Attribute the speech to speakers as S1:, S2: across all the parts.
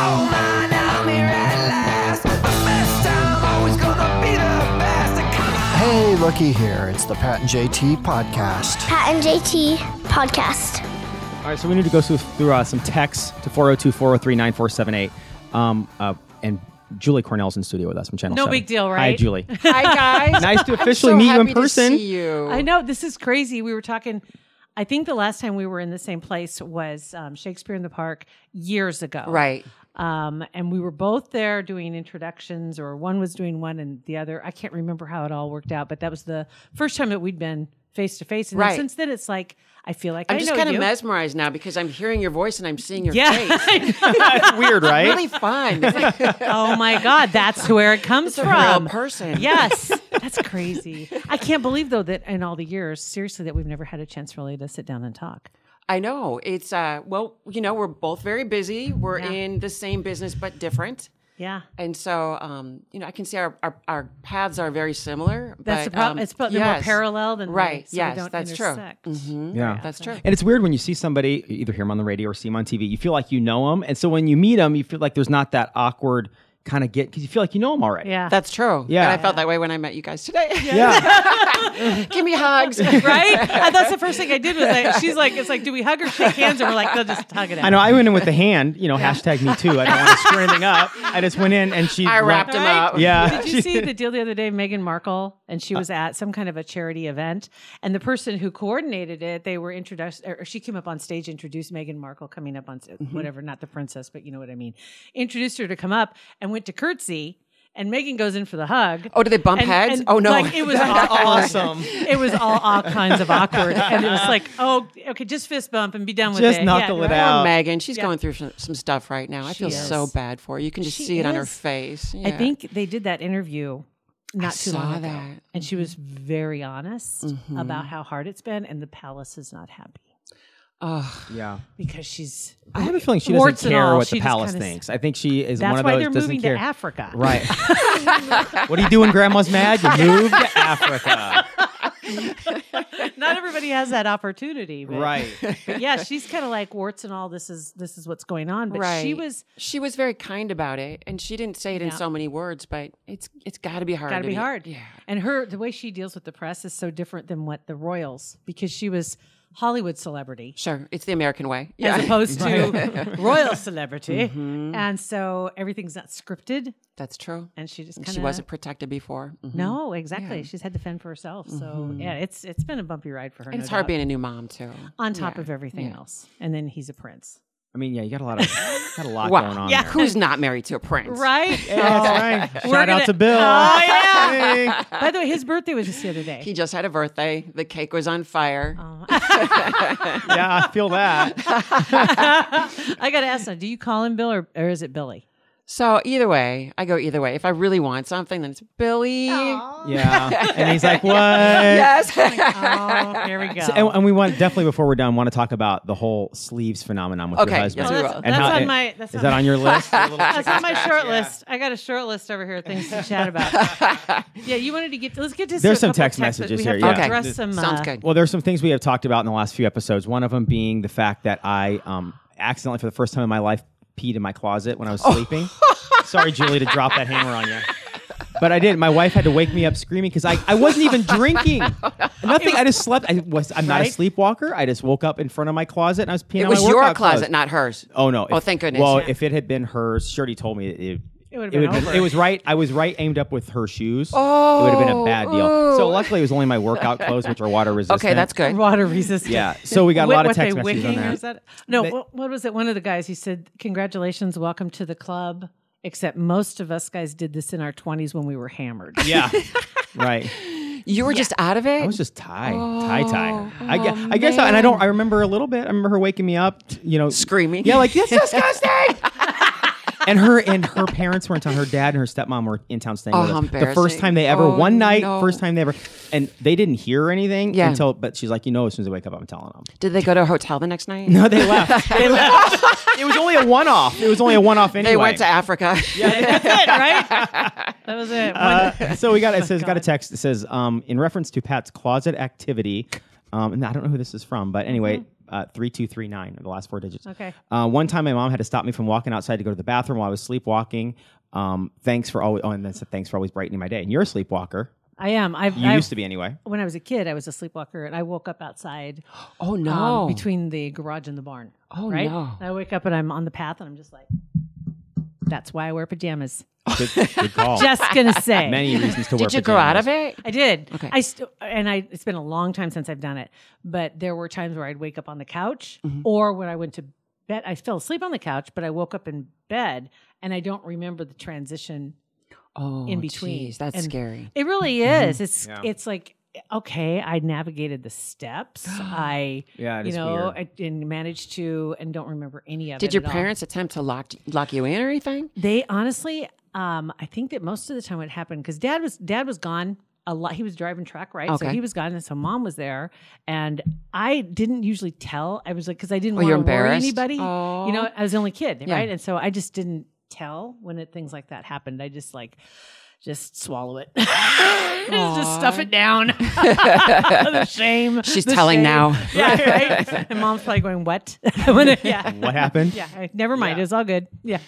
S1: Oh man, I'm here at last. The best time, always gonna be the best. Come on.
S2: Hey, looky here. It's the Pat and JT podcast.
S3: Pat and JT podcast.
S4: All right, so we need to go through, through uh, some texts to 402 403 9478. Um, uh, And Julie Cornell's in studio with us from Channel
S5: No
S4: 7.
S5: big deal,
S4: Hi,
S5: right?
S4: Julie.
S6: Hi guys.
S4: nice to
S6: I'm
S4: officially
S6: so
S4: meet you
S6: happy
S4: in person.
S6: To see you.
S5: I know this is crazy. We were talking. I think the last time we were in the same place was um, Shakespeare in the Park years ago,
S6: Right.
S5: Um, and we were both there doing introductions, or one was doing one and the other. I can't remember how it all worked out, but that was the first time that we'd been face to face. And then
S6: Right.
S5: since then, it's like I feel like
S6: I'm
S5: I
S6: just
S5: know
S6: kind of
S5: you.
S6: mesmerized now because I'm hearing your voice and I'm seeing your
S5: yeah.
S6: face.
S4: That's weird, right?
S6: Really fun. It's like,
S5: oh my God, that's where it comes
S6: it's a
S5: from.
S6: real person.
S5: Yes, that's crazy. I can't believe though that in all the years, seriously, that we've never had a chance really to sit down and talk.
S6: I know. It's uh well, you know, we're both very busy. We're in the same business but different.
S5: Yeah.
S6: And so, um, you know, I can see our, our, our paths are very similar.
S5: That's
S6: but,
S5: the problem.
S6: um,
S5: it's but they're more
S6: yes.
S5: parallel than they-
S6: right.
S5: so they
S6: yes,
S5: don't
S6: that's
S5: intersect.
S6: true. Mhm.
S4: Yeah.
S6: That's true.
S4: And it's weird when you see somebody, you either hear them on the radio or see them on TV, you feel like you know them. And so when you meet them, you feel like there's not that awkward kind of get, because you feel like you know them already.
S5: Yeah.
S6: That's true.
S4: Yeah.
S6: And I felt that way when I met you guys today.
S4: Yeah.
S6: Give me hugs.
S5: right. I, that's the first thing I did was I, she's like, it's like, do we hug or shake hands? And we're like, they'll just hug it out.
S4: I know I went in with the hand, you know, hashtag me too. I don't want to screw anything up. I just went in and she
S6: I wrapped
S4: went-
S6: him
S5: Right?
S6: up. Uh.
S4: Yeah.
S5: Did
S4: She-
S5: you see the deal the other day? Meghan Markle, and she was at some kind of a charity event, and the person who coordinated it, they were introduced, or she came up on stage, introduced Meghan Markle coming up on
S6: Mm-hmm.
S5: st- whatever, not the princess, but you know what I mean, introduced her to come up and went to curtsy, and Megan goes in for the hug.
S6: Oh, did they bump
S5: And-
S6: heads?
S5: and,
S6: oh no,
S5: like, it was all,
S4: Awesome.
S5: It was all all kinds of awkward, and it was like, oh, okay, just fist bump and be done with
S4: Just
S5: it.
S4: knuckle it
S5: right.
S4: out.
S6: Poor
S4: Yeah.
S6: Megan, she's going through some, some stuff right now. I
S5: Oh. She
S6: feel so
S5: is.
S6: bad for her. You can just
S5: She
S6: see it on her
S5: is.
S6: face.
S5: I
S6: Yeah.
S5: think they did that interview not too
S6: saw
S5: long ago,
S6: that. Mm-hmm.
S5: and she was very honest about how hard it's been, and the palace is not happy
S6: Ugh.
S4: Yeah.
S5: because she's.
S4: I have a feeling she
S5: warts
S4: doesn't
S5: and
S4: care
S5: all,
S4: what
S5: she
S4: the
S5: just
S4: palace
S5: kinda s-
S4: thinks. I think she is
S5: That's
S4: one of
S5: why
S4: those
S5: they're
S4: doesn't
S5: moving
S4: care.
S5: to Africa,
S4: Right. what are you doing, Grandma's mad? You moved to Africa.
S5: not everybody has that opportunity, but,
S4: Right.
S5: But yeah, she's kind of like warts and all. This is this is what's going on, but she
S6: Right.
S5: was
S6: She was very kind about it, and she didn't say it in
S5: Yeah.
S6: so many words, but it's it's got to be hard.
S5: got to be hard.
S6: Yeah.
S5: And her the way she deals with the press is so different than what the royals because she was Hollywood celebrity.
S6: Sure, it's the American way.
S5: as
S6: Yeah, Mm-hmm.
S5: opposed to royal celebrity. And so everything's not scripted.
S6: that's true.
S5: And she just
S6: And
S5: kind of
S6: She wasn't protected before. Mhm.
S5: No, exactly. She's had to fend for herself. So yeah, it's it's been a bumpy ride for her.
S6: Mm-hmm. and
S5: no
S6: it's hard
S5: doubt.
S6: being a new mom too.
S5: on top of everything else. And then he's a prince,
S4: I mean, yeah, you got a lot of got a lot
S6: Wow.
S4: going on
S5: Yeah.
S4: there.
S6: Who's not married to a prince?
S5: right?
S4: Yeah, that's right.
S5: We're
S4: Shout out
S5: gonna-
S4: to Bill.
S5: Oh, yeah.
S4: Hey.
S5: By the way, his birthday was just the other day.
S6: He just had a birthday. The cake was on fire.
S4: Yeah, I feel that.
S5: I got to ask now, do you call him Bill or, or is it Billy?
S6: So either way, I go either way. If I really want something, then it's Billy.
S4: Yeah. And he's like, what?
S6: Yes.
S5: Oh, here we go.
S4: So- and, and we want definitely before we're done want to talk about the whole sleeves phenomenon with
S6: Okay,
S4: your
S6: yes,
S4: husband.
S6: we will.
S4: And
S5: Well, that's- that's on my- that's
S4: is
S5: on
S4: that
S5: my-
S4: on your list? Your little
S5: That's on my short list. I got a short list over here of things to chat about. yeah, you wanted to get let's get to
S4: There's
S5: a
S4: some
S5: couple
S4: text
S5: texts, but
S4: messages
S5: we have
S4: here,
S5: to
S4: yeah. Okay.
S5: address some,
S6: Sounds
S5: uh,
S6: good.
S4: Well, there's some things we have talked about in the last few episodes. One of them being the fact that I um, accidentally, for the first time in my life, peed in my closet when I was
S6: Oh.
S4: sleeping. Sorry, Julie, to drop that hammer on you. But I did. My wife had to wake me up screaming because I, I wasn't even drinking. Nothing. I just slept. I was. I'm not a
S5: Right?
S4: sleepwalker. I just woke up in front of my closet and I was peeing.
S6: It
S4: on
S6: was
S4: my
S6: your
S4: workout
S6: closet,
S4: clothes.
S6: not hers.
S4: Oh no!
S6: Oh,
S4: If-
S6: thank goodness.
S4: Well,
S6: Yeah.
S4: if it had been hers, Shirty told me it. It,
S5: would've
S4: it
S5: been
S4: would've
S5: over.
S4: it was right. I was right aimed up with her shoes. Oh, it would have been a bad deal. So luckily, it was only my workout clothes, which are water resistant.
S6: okay, that's good.
S5: water resistant.
S4: Yeah, so we got a
S5: Wi-
S4: lot of
S5: what they
S4: text messages on
S5: wicking or
S4: that.
S5: is no, what, what was it? One of the guys he said, "Congratulations, welcome to the club." Except most of us guys did this in our twenties when we were hammered.
S4: Yeah, right.
S6: You were just out of it.
S4: I was just tie, tie,
S6: Oh,
S4: tie. I, gue- I guess, I, and I don't. I remember a little bit. I remember her waking me up, t- you know,
S6: Screaming.
S4: Yeah, like this is disgusting. and her and her parents were in town. Her dad and her stepmom were in town staying
S6: Oh,
S4: with
S6: how
S4: us. The first
S6: embarrassing.
S4: time they ever,
S6: Oh,
S4: one night,
S6: no.
S4: first time they ever, and they didn't hear anything
S6: Yeah.
S4: until. But she's like, you know, as soon as I wake up, I'm telling them.
S6: Did they go to a hotel the next night?
S4: No, they left. They left. it was only a one off. It was only a one off anyway.
S6: They went to Africa.
S5: right? That was it. One-
S4: Uh, so we got
S6: Oh,
S4: it says got a text. It says um, in reference to Pat's closet activity, um, and I don't know who this is from, but anyway,
S6: Mm-hmm.
S4: uh, three two three nine are the last four digits.
S5: Okay.
S4: Uh, one time, my mom had to stop me from walking outside to go to the bathroom while I was sleepwalking. Um, thanks for always. Oh, and then said thanks for always brightening my day. And you're a sleepwalker.
S5: I am. I've,
S4: You
S5: I've-
S4: used to be anyway.
S5: When I was a kid, I was a sleepwalker, and I woke up outside
S6: oh no.
S5: um, between the garage and the barn.
S6: Oh,
S5: right?
S6: no.
S5: And I wake up and I'm on the path, and I'm just like, "That's why I wear pajamas."
S4: Good, good call.
S5: Just gonna say,
S4: Many reasons to wear.
S6: Did you grow out
S4: pajamas.
S6: of it?
S5: I did.
S6: Okay.
S5: I st- and I. It's been a long time since I've done it, but there were times where I'd wake up on the couch,
S6: Mm-hmm.
S5: or when I went to bed, I fell asleep on the couch, but I woke up in bed, and I don't remember the transition
S6: Oh,
S5: in between.
S6: geez, that's
S5: And
S6: scary.
S5: It really
S6: Mm-hmm.
S5: is. It's it's like okay, I navigated the steps. I
S4: Yeah, it
S5: you
S4: is
S5: know,
S4: weird.
S5: I, and managed to and don't remember any of it.
S6: Did your
S5: at all.
S6: parents attempt to lock lock you in or anything?
S5: They honestly, um, I think that most of the time it happened because dad was dad was gone a lot. He was driving truck, right? So
S6: Okay.
S5: he was gone, and so mom was there, and I didn't usually tell. I was like, because I didn't
S6: Oh, you're
S5: want to worry
S6: embarrassed?
S5: anybody. You know,
S6: Aw.
S5: I was the only kid,
S6: Yeah.
S5: right? And so I just didn't tell when it, things like that happened. I just like. Just swallow it. just stuff it down. the shame.
S6: She's
S5: the
S6: telling
S5: shame.
S6: now.
S5: Yeah, right. and mom's probably going, "What?" When it- yeah,
S4: What happened?
S5: yeah. Never mind. It's all good. Yeah.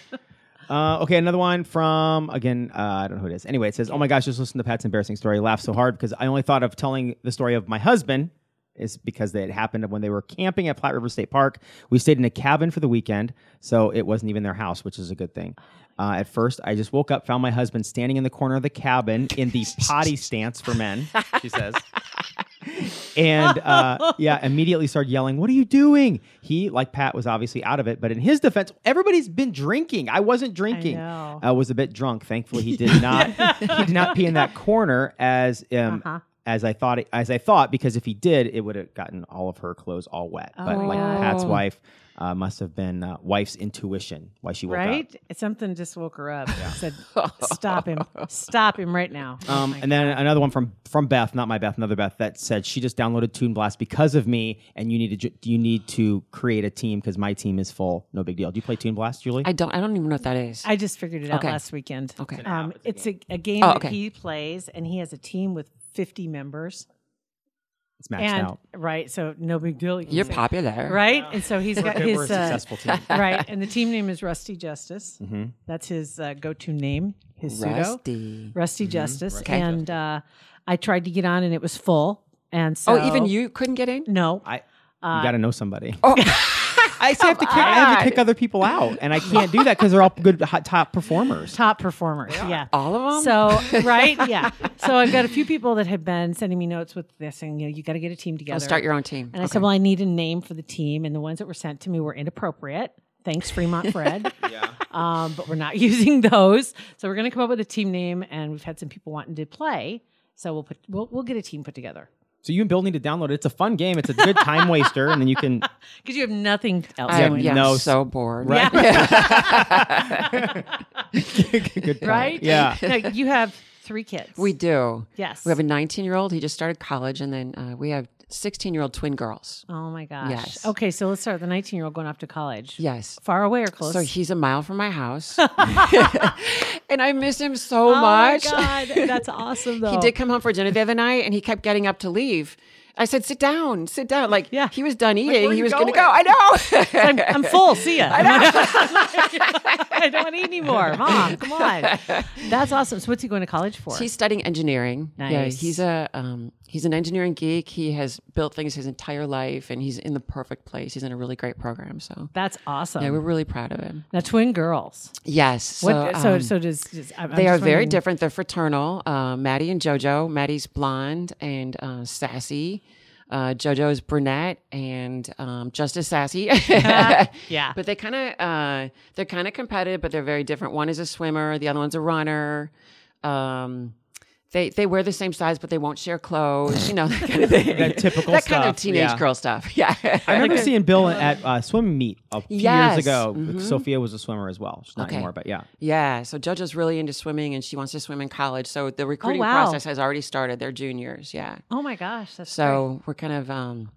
S4: Uh, okay, another one from again. Uh, I don't know who it is. Anyway, it says, "Oh my gosh, just listen to Pat's embarrassing story. Laugh so hard because I only thought of telling the story of my husband is because it happened when they were camping at Platte River State Park. We stayed in a cabin for the weekend, so it wasn't even their house, which is a good thing. Uh, at first, I just woke up, found my husband standing in the corner of the cabin in the potty stance for men. She says and uh, yeah, immediately started yelling, "What are you doing?" He, like Pat, was obviously out of it, but in his defense, everybody's been drinking. I wasn't drinking.
S5: know.
S4: I was a bit drunk. Thankfully, he did not. he did not pee in that corner as um,
S5: Uh-huh.
S4: as I thought. as I thought, because if he did, it would have gotten all of her clothes all wet. but
S5: my
S4: like
S5: God.
S4: Pat's wife. Uh, must have been uh, wife's intuition why she woke up.
S5: Right? Something just woke her up. Said, "Stop him! Stop him right now!"
S4: Um, and then another one from from Beth, not my Beth, another Beth that said she just downloaded Toon Blast because of me, and you need to ju- you need to create a team because my team is full. No big deal. Do you play Toon Blast, Julie?
S6: I don't. I don't even know what that is.
S5: I just figured it out
S6: Okay.
S5: last weekend.
S6: Okay. It's an
S5: Um, it's a, a game
S6: Oh,
S5: that
S6: okay.
S5: he plays, and he has a team with fifty members.
S4: it's maxed
S5: and
S4: out.
S5: right, so no big deal. you can
S6: You're
S5: say.
S6: popular,
S5: Right, and so he's got
S4: Good,
S5: his
S4: we're a
S5: uh,
S4: successful team.
S5: right, and the team name is Rusty Justice.
S4: Mm-hmm.
S5: That's his uh, go-to name. His pseudo.
S6: Rusty.
S5: Rusty Justice, and uh, I tried to get on, and it was full. And so,
S6: Oh, even you couldn't get in.
S5: No,
S4: I
S5: Uh,
S4: you got to know somebody.
S6: Oh.
S4: I, say I have to kick, I have to kick other people out, and I can't do that because they're all good hot, top performers.
S5: top performers. Yeah,
S6: All of
S5: So right, yeah. So I've got a few people that have been sending me notes with this, saying you know you got to get a team together.
S6: I'll start your own team.
S5: And I said, well, I need a name for the team, and the ones that were sent to me were inappropriate. Thanks, Fremont Fred. yeah. Um, but we're not using those, so we're going to come up with a team name, and we've had some people wanting to play, so we'll put we'll, we'll get a team put together
S4: So you and Bill need to download it. It's a fun game. It's a good time waster, and then you can
S5: because you have nothing else.
S6: I am
S5: going
S6: yeah,
S4: no s-
S6: so bored.
S4: right. good point.
S5: Right?
S4: Yeah.
S5: No, you have three kids.
S6: We do.
S5: yes.
S6: We have a 19 year old. He just started college, and then uh, we have 16 year old twin girls.
S5: oh my gosh.
S6: Yes.
S5: Okay, so let's start. The nineteen-year-old going off to college.
S6: Yes.
S5: Far away or close?
S6: So he's a mile from my house, and I miss him so
S5: Oh
S6: much.
S5: my god, that's awesome though.
S6: He did come home for dinner the other night, and he kept getting up to leave. I said, "Sit down, sit down." Like,
S5: Yeah.
S6: he was done eating.
S4: are
S6: he
S4: you
S6: was going to
S4: going?
S6: go. I know.
S5: I'm, I'm full. See ya. I, don't want to eat anymore, Mom. Come on. That's awesome. So what's he going to college for?
S6: He's studying engineering. Yeah,
S5: Nice.
S6: he's a um, he's an engineering geek. He has built things his entire life, and he's in the perfect place. He's in a really great program. So
S5: that's awesome.
S6: yeah, we're really proud of him.
S5: now twin girls.
S6: Yes. So,
S5: What? So so,
S6: um,
S5: does, does I'm, I'm
S6: they are
S5: just
S6: very
S5: wondering-
S6: different. They're fraternal. Uh, Maddie and JoJo. Maddie's blonde and uh, sassy. Uh, JoJo is brunette and um, just as sassy.
S5: Yeah.
S6: But they kind of uh, they're kind of competitive, but they're very different. One is a swimmer, the other one's a runner. Um, they they wear the same size, but they won't share clothes. You know that kind of thing.
S4: That typical
S6: That kind
S4: stuff,
S6: of teenage
S4: yeah.
S6: girl stuff. Yeah.
S4: I remember seeing Bill at uh, swim meet a few
S6: Yes, Mm-hmm.
S4: years ago. Sophia was a swimmer as well. She's not
S6: Okay.
S4: anymore, but yeah.
S6: Yeah, so JoJo's really into swimming and she wants to swim in college. So the recruiting
S5: Oh, wow.
S6: process has already started. They're juniors, yeah.
S5: Oh my gosh, that's great.
S6: So we're kind of um,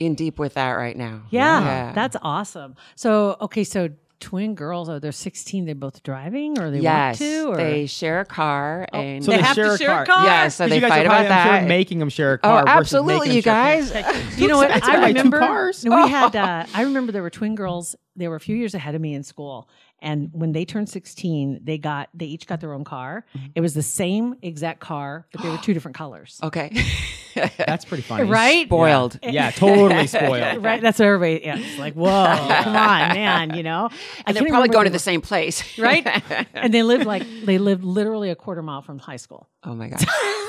S6: in deep with that right now.
S5: Yeah, that's awesome. So okay, so twin girls. Oh, they're sixteen. They're both driving, or they
S6: yes,
S5: want to, or Oh,
S6: they share a car and
S4: So
S5: They
S4: they
S5: have
S4: share
S5: to
S4: a
S5: share a
S4: car.
S5: car.
S6: yeah, so
S4: 'Cause
S6: they
S4: you guys
S6: fight
S4: are probably,
S6: about
S4: I'm sure,
S6: that.
S4: making them share a
S6: oh,
S4: car. versus making
S6: absolutely,
S4: them
S6: you
S4: share a car.
S6: guys.
S5: You know what?
S4: why
S5: I
S4: two
S5: remember
S4: cars.
S5: we had. Uh, I remember there were twin girls. They were a few years ahead of me in school, and when they turned sixteen, they got they each got their own car.
S6: Mm-hmm.
S5: It was the same exact car, but they were two different colors.
S6: okay,
S4: That's pretty funny.
S5: Right?
S6: boiled.
S4: Yeah, totally spoiled.
S5: Right, that's what everybody. Yeah, it's like, whoa, come on, man, you know.
S6: And they're probably going to the same place,
S5: right, and they live like they live literally a quarter mile from high school.
S6: oh my god,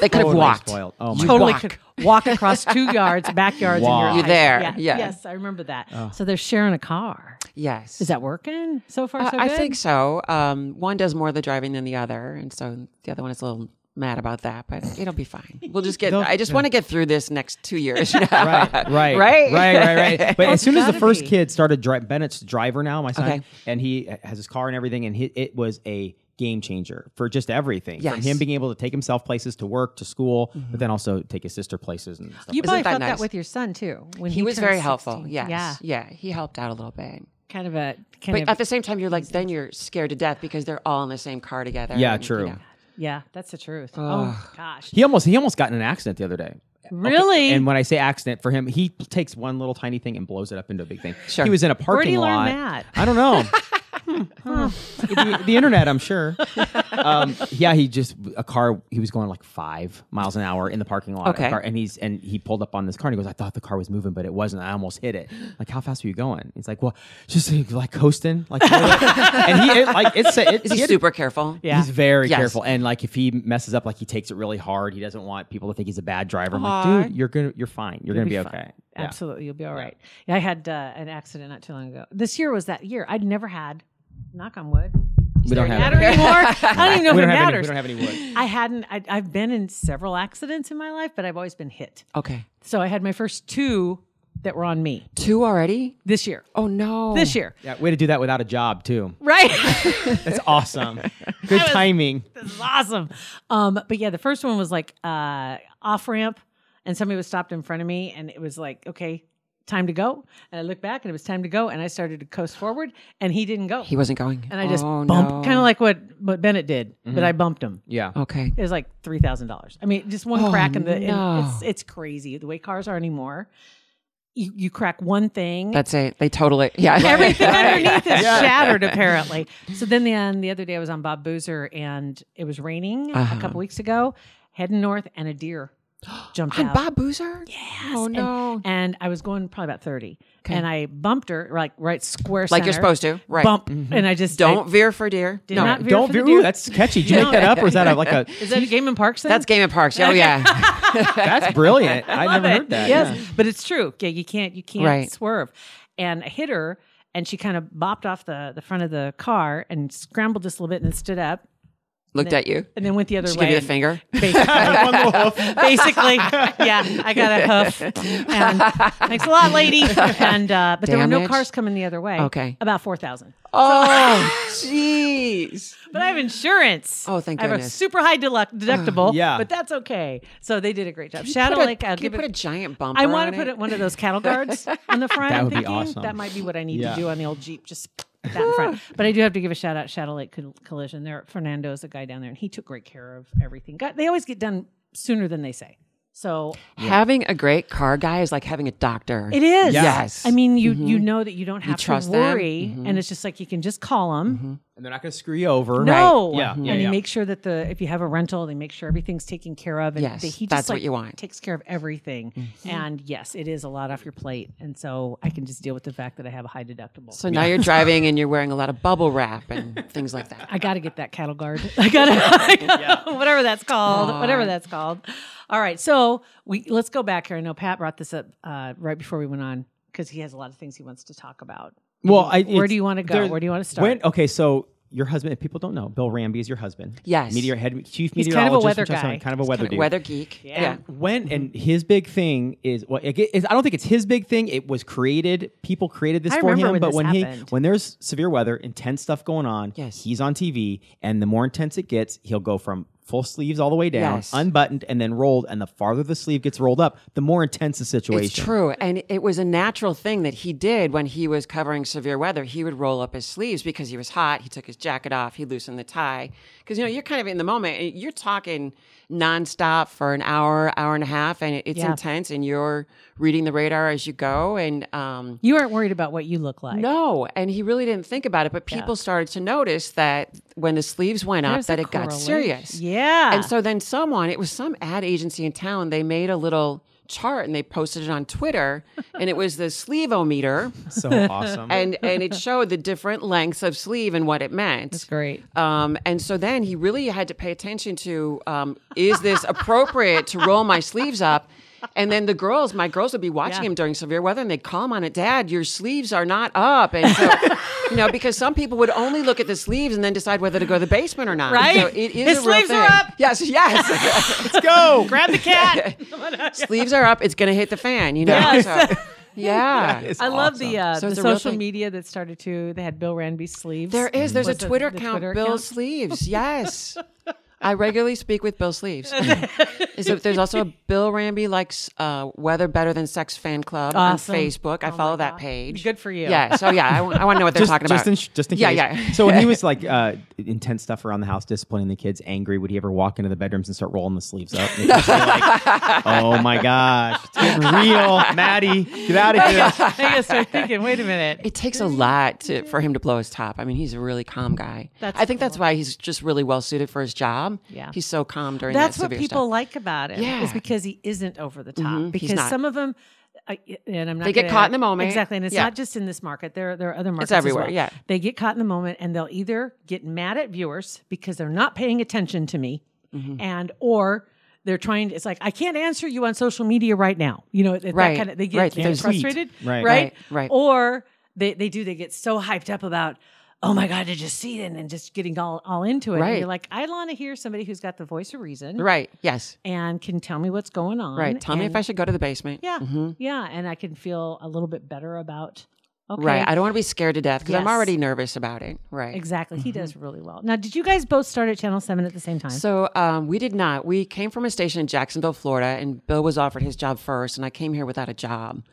S6: they could have
S4: Totally
S6: walked.
S4: spoiled. Oh my
S6: You
S5: totally
S6: walk.
S5: could walk across two yards, backyards, and
S4: Walk.
S5: you're,
S4: You're
S5: high-
S6: there. Oh.
S5: Yeah.
S6: Yeah.
S5: Yes, I remember that. So they're sharing a car.
S6: Yes,
S5: Is that working so far?
S6: Uh,
S5: so
S6: I
S5: good?
S6: think so. Um, one does more of the driving than the other, and so the other one is a little mad about that, but it'll be fine. We'll just get. I just want to get through this next two years. you know?
S4: right, right,
S6: Right?
S4: right, right, right. But as soon as the
S5: gotta
S4: first
S5: be.
S4: kid started driving, Bennett's a driver now, my son,
S6: Okay.
S4: and he has his car and everything, and he, it was a game changer for just everything. From
S6: Yes.
S4: him being able to take himself places to work, to school, but then also take his sister places and stuff.
S5: Mm-hmm. you probably
S6: that
S5: felt that
S6: nice?
S5: with your son too. When he,
S6: He was
S5: turned
S6: very helpful.
S5: 16.
S6: Yes.
S5: Yeah.
S6: Yeah. Yeah. He helped out a little bit.
S5: Kind of a kind
S6: But
S5: of
S6: at the same time, you're like, then you're scared to death because they're all in the same car together.
S4: yeah,
S6: and, you
S4: true.
S6: know.
S5: yeah. That's the truth. Oh gosh,
S4: He almost he almost got in an accident the other day.
S5: really?
S4: And when I say accident for him, he takes one little tiny thing and blows it up into a big thing. Sure. He was in a parking
S5: Where'd he learn
S4: lot.
S5: that?
S4: I don't know. Hmm. the, the internet, I'm sure. Um, yeah, he just a car. He was going like five miles an hour in the parking lot. of a
S6: Okay.
S4: car, and he's and he pulled up on this car and he goes, "I thought the car was moving, but it wasn't. I almost hit it." Like, how fast were you going? He's like, "Well, just like coasting." Like, and he it, like it's it,
S6: Is he
S4: had-
S6: super careful?
S5: Yeah.
S4: He's very
S6: Yes.
S4: careful, and like if he messes up, like he takes it really hard. He doesn't want people to think he's a bad driver. I'm like, dude, you're gonna, you're fine. You're gonna be,
S5: fine.
S4: okay. Yeah.
S5: Absolutely, you'll be all right. I had uh, an accident not too long ago. This year was that year. I'd never had. Knock on wood.
S4: We don't have
S5: Matter
S4: any,
S5: anymore? I don't even know
S4: we don't have any, we
S5: if it matters.
S4: don't have any wood.
S5: I hadn't. I, I've been in several accidents in my life, but I've always been hit.
S6: Okay.
S5: So I had my first two that were on me
S6: Two already?
S5: this year.
S6: Oh, no.
S5: This year,
S4: Yeah, way to do that without a job too.
S5: right?
S4: That's awesome. Good timing.
S5: this is awesome. Um, but yeah, the first one was like uh, off ramp, and somebody was stopped in front of me, and it was like, okay, time to go. And I looked back, and it was time to go, and I started to coast forward, and he didn't go.
S6: He wasn't going.
S5: and I just
S6: oh,
S5: bumped,
S6: no. Mm-hmm.
S5: kind of like what what Bennett did, but I bumped him.
S4: Yeah.
S6: Okay.
S5: It was like three thousand dollars. I mean, just one
S6: Oh,
S5: crack in the. in-
S6: no.
S5: it's it's crazy the way cars are anymore. You you crack one thing,
S6: That's it. They total it. Yeah.
S5: everything underneath is shattered apparently. So then the end, the other day I was on Bob Boozer and it was raining
S6: Uh-huh.
S5: a couple weeks ago, heading north and a deer jumped
S6: On
S5: out.
S6: Bob Boozer?
S5: Yes,
S6: Oh,
S5: and-
S6: no.
S5: And, I was going probably about thirty,
S6: Okay.
S5: and I bumped her like right square
S6: Like you're
S5: center,
S6: supposed to, right. Mm-hmm.
S5: Bump, and I just I-
S6: Don't veer for deer.
S5: Did
S6: no.
S5: not veer
S4: Don't
S5: for the
S4: be.
S5: deer.
S4: Ooh, that's catchy. Did you make that up, or is that a, like a?
S5: is that a game and parks thing?
S6: That's Game and Parks. Oh, yeah.
S4: That's brilliant. I, never heard that.
S5: Yes,
S4: Yeah.
S5: but it's true. Yeah, you can't you can't
S6: Right.
S5: swerve. And I hit her, and she kind of bopped off the the front of the car and scrambled just a little bit, and then stood up,
S6: Looked at you.
S5: and then went the other
S6: She
S5: way.
S6: gave you the
S5: and
S6: finger.
S5: Basically, basically, yeah, I got a hoof. And thanks a lot, lady. And uh, but there were no
S6: Damage?
S5: cars coming the other way.
S6: Okay.
S5: about four thousand.
S6: Oh, jeez.
S5: But I have insurance.
S6: Oh, thank
S5: I have a
S6: goodness.
S5: super high delu- deductible.
S4: yeah.
S5: but that's okay. So they did a great job. Shadow
S6: Put a-
S5: Lake. I'll
S6: can you
S5: give
S6: put
S5: it-
S6: a giant bumper
S5: I want
S6: on
S5: to put it, one of those cattle guards on the front.
S4: That
S5: I'm
S4: would be
S5: thinking.
S4: awesome.
S5: That might be what I need
S4: Yeah.
S5: to do on the old Jeep. Just put that in front. But I do have to give a shout out Shadow Lake Col- Collision. There, Fernando is a guy down there, and he took great care of everything. God, they always get done sooner than they say. So
S6: Having a great car guy is like having a doctor.
S5: it is.
S6: Yes.
S5: I mean, you you know that you don't have
S6: trust
S5: to
S6: them.
S5: worry, and it's just like you can just call him.
S4: And they're not gonna screw you over.
S5: No.
S4: Yeah. Yeah.
S5: and
S4: yeah.
S5: he makes sure that the if you have a rental, they make sure everything's taken care of. And
S6: Yes,
S5: that he just
S6: that's what
S5: like,
S6: you want. Mm-hmm.
S5: Takes care of everything. And yes, it is a lot off your plate. And so I can just deal with the fact that I have a high deductible.
S6: So now you're driving and you're wearing a lot of bubble wrap and things like that.
S5: I got to get that cattle guard. I got to whatever that's called, whatever that's called. All right, so we let's go back here. I know Pat brought this up uh, right before we went on because he has a lot of things he wants to talk about.
S4: Well, I,
S5: Where
S4: it's-
S5: do you want to go?
S4: there-
S5: Where do you want to start?
S4: When, okay, so your husband, if people don't know, Bill Ramby is your husband.
S6: Yes.
S4: Meteor head chief
S5: He's kind of a
S4: meteorologist.
S5: weather
S4: from Charleston,
S5: guy.
S4: Kind of a weather dude.
S6: Weather geek. Yeah.
S4: When and his big thing is well, it is, I don't think it's his big thing. It was created. People created this
S5: I
S4: for
S5: remember
S4: him.
S5: when
S4: but
S5: this
S4: when he
S5: happened.
S4: when there's severe weather, intense stuff going on,
S6: Yes.
S4: he's on TV, and the more intense it gets, he'll go from full sleeves all the way down,
S6: Yes.
S4: unbuttoned, and then rolled. And the farther the sleeve gets rolled up, the more intense the situation.
S6: It's true. And it was a natural thing that he did when he was covering severe weather. He would roll up his sleeves because he was hot. He took his jacket off. He loosened the tie. Because, you know, you're kind of in the moment. and You're talking nonstop for an hour, hour and a half, and it's
S5: Yeah.
S6: intense. And you're reading the radar as you go. And, um,
S5: You aren't worried about what you look like.
S6: no, and he really didn't think about it, but people started to notice that when the sleeves went up,
S5: There's
S6: that
S5: a
S6: it got
S5: correlation.
S6: serious.
S5: Yeah.
S6: And so then someone, it was some ad agency in town, they made a little chart and they posted it on Twitter and it was the sleevometer
S4: So awesome.
S6: and and it showed the different lengths of sleeve and what it meant. That's
S5: great.
S6: Um, and so then he really had to pay attention to um, is this appropriate to roll my sleeves up? And then the girls, my girls would be watching him during severe weather and they'd call him on it, Dad, your sleeves are not up. And so, you know, because some people would only look at the sleeves and then decide whether to go to the basement or not.
S5: Right?
S6: So it
S5: His
S6: is a real
S5: sleeves are
S6: thing.
S5: up.
S6: Yes, yes.
S4: go.
S5: Grab the cat.
S6: sleeves are up. It's going to hit the fan, you know?
S5: Yes.
S6: So, yeah.
S5: I love the uh,
S6: So
S5: the
S6: it's a real
S5: social
S6: thing.
S5: media that started to. They had Bill Ranby sleeves.
S6: There is. There's a
S5: Was the-
S6: Twitter
S5: the
S6: account,
S5: Twitter
S6: Bill
S5: account?
S6: Sleeves. Yes. I regularly speak with Bill Sleeves. Is that- there's also a Bill Ramby likes uh, weather better than sex fan club
S5: Awesome. Oh
S6: on Facebook. I follow that page.
S5: Good for you.
S6: Yeah. So yeah, I want to know what they're
S4: just,
S6: talking
S4: just
S6: about.
S4: in, just in
S6: yeah,
S4: case.
S6: yeah.
S4: So when he was like uh, intense stuff around the house, disciplining the kids, angry, would he ever walk into the bedrooms and start rolling the sleeves up? And he'd just be like, oh my gosh, it's getting real, Maddie, get out of here.
S5: I gotta start thinking. Wait a minute.
S6: It takes a lot to, for him to blow his top. I mean, he's a really calm guy.
S5: That's
S6: I think that's why he's just really well suited for his job.
S5: Yeah.
S6: He's so calm during
S5: That's
S6: that
S5: what
S6: severe
S5: people
S6: stuff.
S5: like about him.
S6: Yeah.
S5: Is because he isn't over the top.
S6: Mhm, he's
S5: Because
S6: not.
S5: some of them. I and I'm not
S6: They get
S5: gonna-
S6: caught in the moment.
S5: Exactly. And it's
S6: Yeah.
S5: not just in this market. There, there are other markets. as
S6: everywhere,
S5: well.
S6: yeah.
S5: They get caught in the moment and they'll either get mad at viewers because they're not paying attention to me
S6: Mm-hmm.
S5: and or they're trying it's like I can't answer you on social media right now. You know, that,
S6: Right,
S5: kind of they get
S6: right,
S5: they
S6: there's-
S5: get frustrated.
S4: Right.
S5: Right.
S6: Right, right.
S5: Or they, they do, they get so hyped up about, oh my God, did you see it? And just getting all, all into it. And
S6: Right.
S5: you're like, I want to hear somebody who's got the voice of reason
S6: Right. Yes.
S5: and can tell me what's going on.
S6: Right. Tell me if
S5: and-
S6: I should go to the basement. Mm-hmm.
S5: Yeah. Yeah. And I can feel a little bit better about okay.
S6: Right. I don't want to be scared to death because I'm
S5: Yes.
S6: already nervous about it. Right.
S5: Exactly. He does really well. Now, did you guys both start at Channel 7 at the same time?
S6: Mm-hmm. So um, we did not. We came from a station in Jacksonville, Florida, and Bill was offered his job first, and I came here without a job.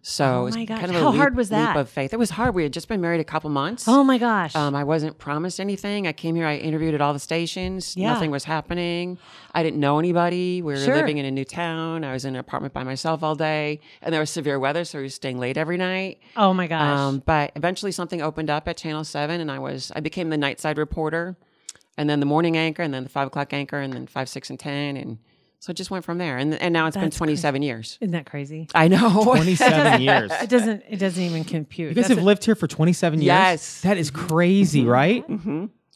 S6: So it was
S5: Oh my gosh.
S6: kind of a
S5: How
S6: leap-
S5: hard was that?
S6: Leap of faith. It was hard. We had just been married a couple months.
S5: oh my gosh.
S6: Um, I wasn't promised anything. I came here. I interviewed at all the stations.
S5: Yeah.
S6: Nothing was happening. I didn't know anybody. We were
S5: Sure.
S6: living in a new town. I was in an apartment by myself all day, and there was severe weather, so we were staying late every night.
S5: oh my gosh.
S6: Um, but eventually something opened up at Channel Seven, and I was I became the nightside reporter, and then the morning anchor, and then the five o'clock anchor, and then five, six, and ten, and so it just went from there. And and now it's been
S5: That's
S6: twenty seven years.
S5: Isn't that crazy?
S6: I know.
S4: 27 years.
S5: It doesn't it doesn't even compute.
S4: You guys
S5: That's
S4: have
S5: a-
S4: lived here for 27 years?
S6: Yes. Mm-hmm.
S4: That is crazy, right?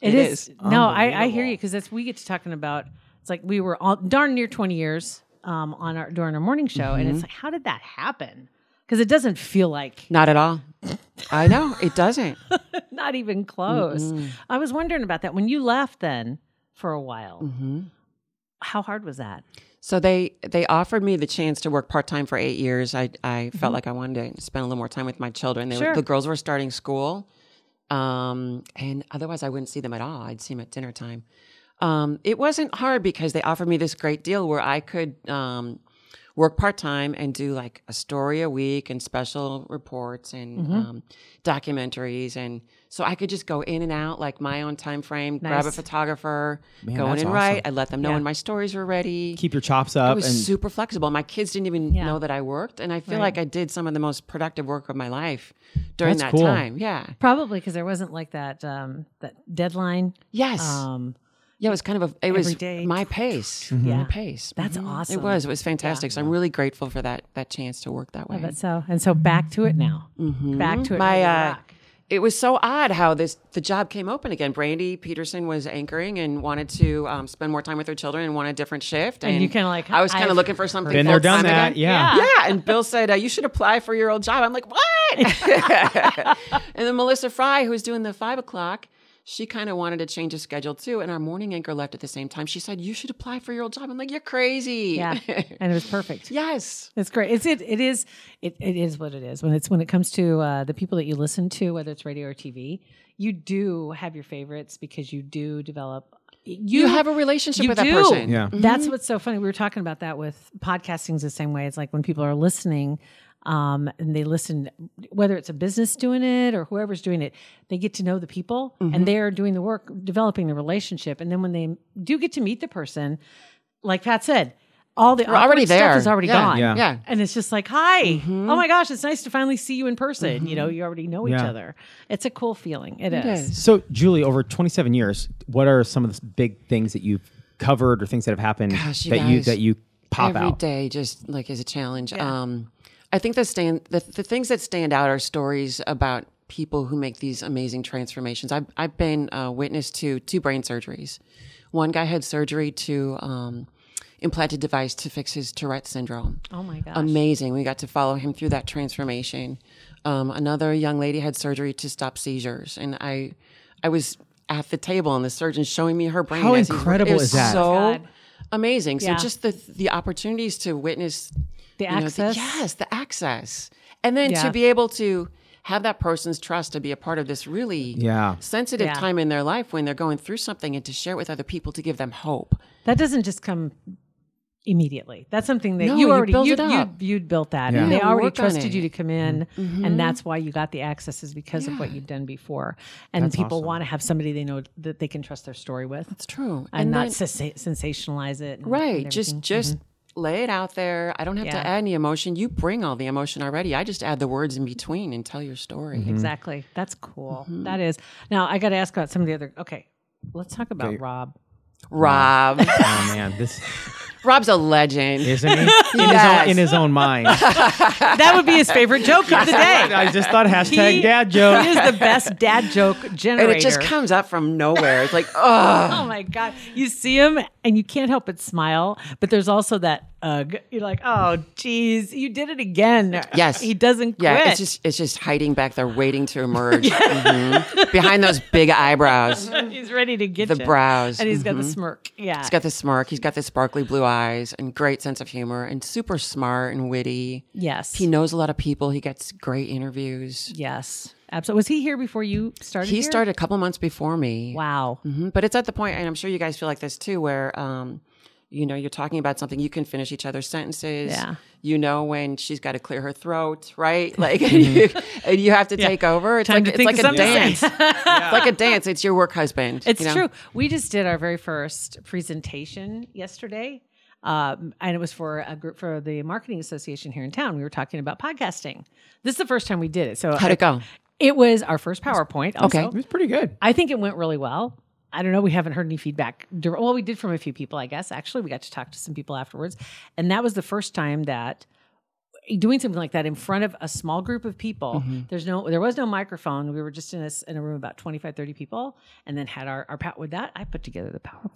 S5: It is.
S6: is
S5: No, I, I hear you because that's we get to talking about. It's like we were all darn near twenty years um, on our during our morning show, and it's like, how did that happen? Because it doesn't feel like
S6: Not at all. I know it doesn't.
S5: not even close. I was wondering about that when you left then for a while. How hard was that?
S6: So they they offered me the chance to work part time for eight years. I I felt like I wanted to spend a little more time with my children. They
S5: Mm-hmm. Sure.
S6: were, the girls were starting school, um, and otherwise I wouldn't see them at all. I'd see them at dinner time. Um, it wasn't hard because they offered me this great deal where I could um, work part time and do like a story a week and special reports and
S5: Mm-hmm.
S6: um, documentaries, and so I could just go in and out like my own time frame. Grab a
S5: Nice.
S6: photographer, go in and
S4: that's
S6: write. I let them know
S5: Yeah.
S6: when my stories were ready.
S4: Keep your chops up.
S6: I was
S4: and
S6: super flexible. My kids didn't even
S5: Yeah.
S6: know that I worked, and I feel
S5: Right.
S6: like I did some of the most productive work of my life during
S4: That's
S6: that
S4: cool.
S6: time. Yeah.
S5: Probably because there wasn't like that um, that deadline.
S6: Yes.
S5: Um,
S6: yeah. It was kind of a. It was
S5: every day.
S6: my pace.
S4: Mm-hmm.
S5: Yeah.
S6: My pace. Mm-hmm.
S5: That's awesome.
S6: It was. It was fantastic. So I'm really grateful for that that chance to work that way.
S5: but so and so back to it now. Back to it.
S6: my
S5: ready to
S6: uh,
S5: rock.
S6: it was so odd how this the job came open again. Brandy Peterson was anchoring and wanted to um, spend more time with her children and want a different shift. And,
S5: you kinda like,
S6: I was kind
S5: I've
S6: of looking for something.
S4: been there,
S6: full-time
S4: done that.
S6: again.
S4: Yeah.
S6: yeah. And Bill said, uh, You should apply for your old job. I'm like, What? and then Melissa Fry, who was doing the five o'clock, she kind of wanted to change the schedule too. And our morning anchor left at the same time. She said, You should apply for your old job. I'm like, You're crazy.
S5: Yeah. and it was perfect.
S6: yes.
S5: It's great. It's it it is it, it is what it is. When it's when it comes to uh, the people that you listen to, whether it's radio or TV, you do have your favorites because you do develop.
S6: You, have a Mm-hmm. relationship
S5: you
S6: with that
S5: do.
S6: person.
S4: Yeah.
S5: That's what's so funny. We were talking about that with podcasting's the same way. It's like when people are listening, um, and they listen, whether it's a business doing it or whoever's doing it, they get to know the people
S6: Mm-hmm.
S5: and they are doing the work, developing the relationship. And then when they do get to meet the person, like Pat said, all the
S6: We're already
S5: awkward stuff
S6: there.
S5: is already
S6: Yeah.
S5: gone.
S4: Yeah.
S6: Yeah.
S5: And it's just like, hi,
S6: Mm-hmm.
S5: oh my gosh, it's nice to finally see you in person. You know, you already know each
S4: Yeah.
S5: other. It's a cool feeling. it is.
S4: So, Julie, over 27 years, what are some of the big things that you've covered or things that have happened
S6: Gosh, you
S4: that you
S6: guys.
S4: that you pop
S6: Every
S4: out?
S6: day just like is a challenge um i think the stand the, the things that stand out are stories about people who make these amazing transformations i've, I've been uh, witness to two brain surgeries one guy had surgery to um implant a device to fix his tourette syndrome
S5: Oh my
S6: Um,
S5: gosh.
S6: amazing we got to follow him through that transformation um, another young lady had surgery to stop seizures and i i was at the table and the surgeon showing me her brain
S4: How
S6: as he's-
S4: incredible
S6: it was
S4: is that?
S6: so
S5: Oh, God.
S6: amazing. So
S5: Yeah.
S6: just the the opportunities to witness
S5: The
S6: you know,
S5: access.
S6: yes, the access, and then
S5: Yeah.
S6: to be able to have that person's trust to be a part of this really
S4: Yeah.
S6: sensitive
S5: Yeah.
S6: time in their life when they're going through something, and to share it with other people to give them hope.
S5: That doesn't just come immediately. That's something that
S6: No,
S5: you
S6: you
S5: already
S6: build
S5: you,
S6: it up.
S5: you would built that,
S4: Yeah.
S5: and they
S6: Yeah,
S5: already
S6: work on
S5: trusted
S6: it. Mm-hmm.
S5: you to come in, and that's why you got the access is because of what you've done before. And people want to have somebody they know that they can trust their story with,
S6: It's true,
S5: and, not sensa- sensationalize it. and-
S6: right.
S5: and
S6: Just
S5: everything. Mm-hmm.
S6: just lay it out there. I don't have
S5: Yeah.
S6: to add any emotion. You bring all the emotion already. I just add the words in between and tell your story.
S5: exactly. That's cool.
S6: Mm-hmm.
S5: That is. Now I got to ask about some of the other. Okay, let's talk about Rob.
S6: Rob,
S4: Oh man, this
S6: Rob's a legend.
S4: isn't he? In, his,
S6: Yes.
S4: own, in his own mind.
S5: That would be his favorite joke of the day.
S4: I just thought hashtag
S5: He-
S4: dad joke.
S5: He is the best dad joke generator.
S6: and it just comes up from nowhere. It's like, oh,
S5: Oh my god! You see him, and you can't help but smile. But there's also that ugh. You're like, oh, geez, you did it again.
S6: Yes.
S5: he doesn't quit.
S6: Yeah, it's just it's just hiding back there, waiting to emerge Mhm. behind those big eyebrows.
S5: he's ready to get
S6: The
S5: ya.
S6: brows. Mm-hmm.
S5: and he's got the smirk. Yeah,
S6: He's got the smirk. He's got the sparkly blue eyes and great sense of humor and super smart and witty.
S5: yes,
S6: He knows a lot of people. He gets great interviews.
S5: yes, absolutely. Was he here before you started?
S6: He
S5: here?
S6: started a couple months before me.
S5: Wow.
S6: Mhm. But it's at the point, and I'm sure you guys feel like this too, where um, you know you're talking about something, you can finish each other's sentences.
S5: Yeah.
S6: You know when she's got to clear her throat, right? Like, and, you, and you have to take over. It's
S5: Mm-hmm. Time
S6: like
S5: to
S6: it's
S5: think
S6: like
S5: of something
S6: a
S5: to
S6: dance. It's like a dance. It's your work husband.
S5: It's
S6: you know?
S5: true. We just did our very first presentation yesterday. Um, and it was for a group for the marketing association here in town. We were talking about podcasting. This is the first time we did it. So
S6: How'd it go?
S5: It was our first PowerPoint. Also.
S6: Okay.
S4: It was pretty good.
S5: I think it went really well. I don't know. We haven't heard any feedback. dir- Well, we did from a few people, I guess. Actually, we got to talk to some people afterwards, and that was the first time that doing something like that in front of a small group of people. There's no, there was no microphone. We were just in a s- in a room about 25, 30 people, and then had our our pat with that. I put together the PowerPoint.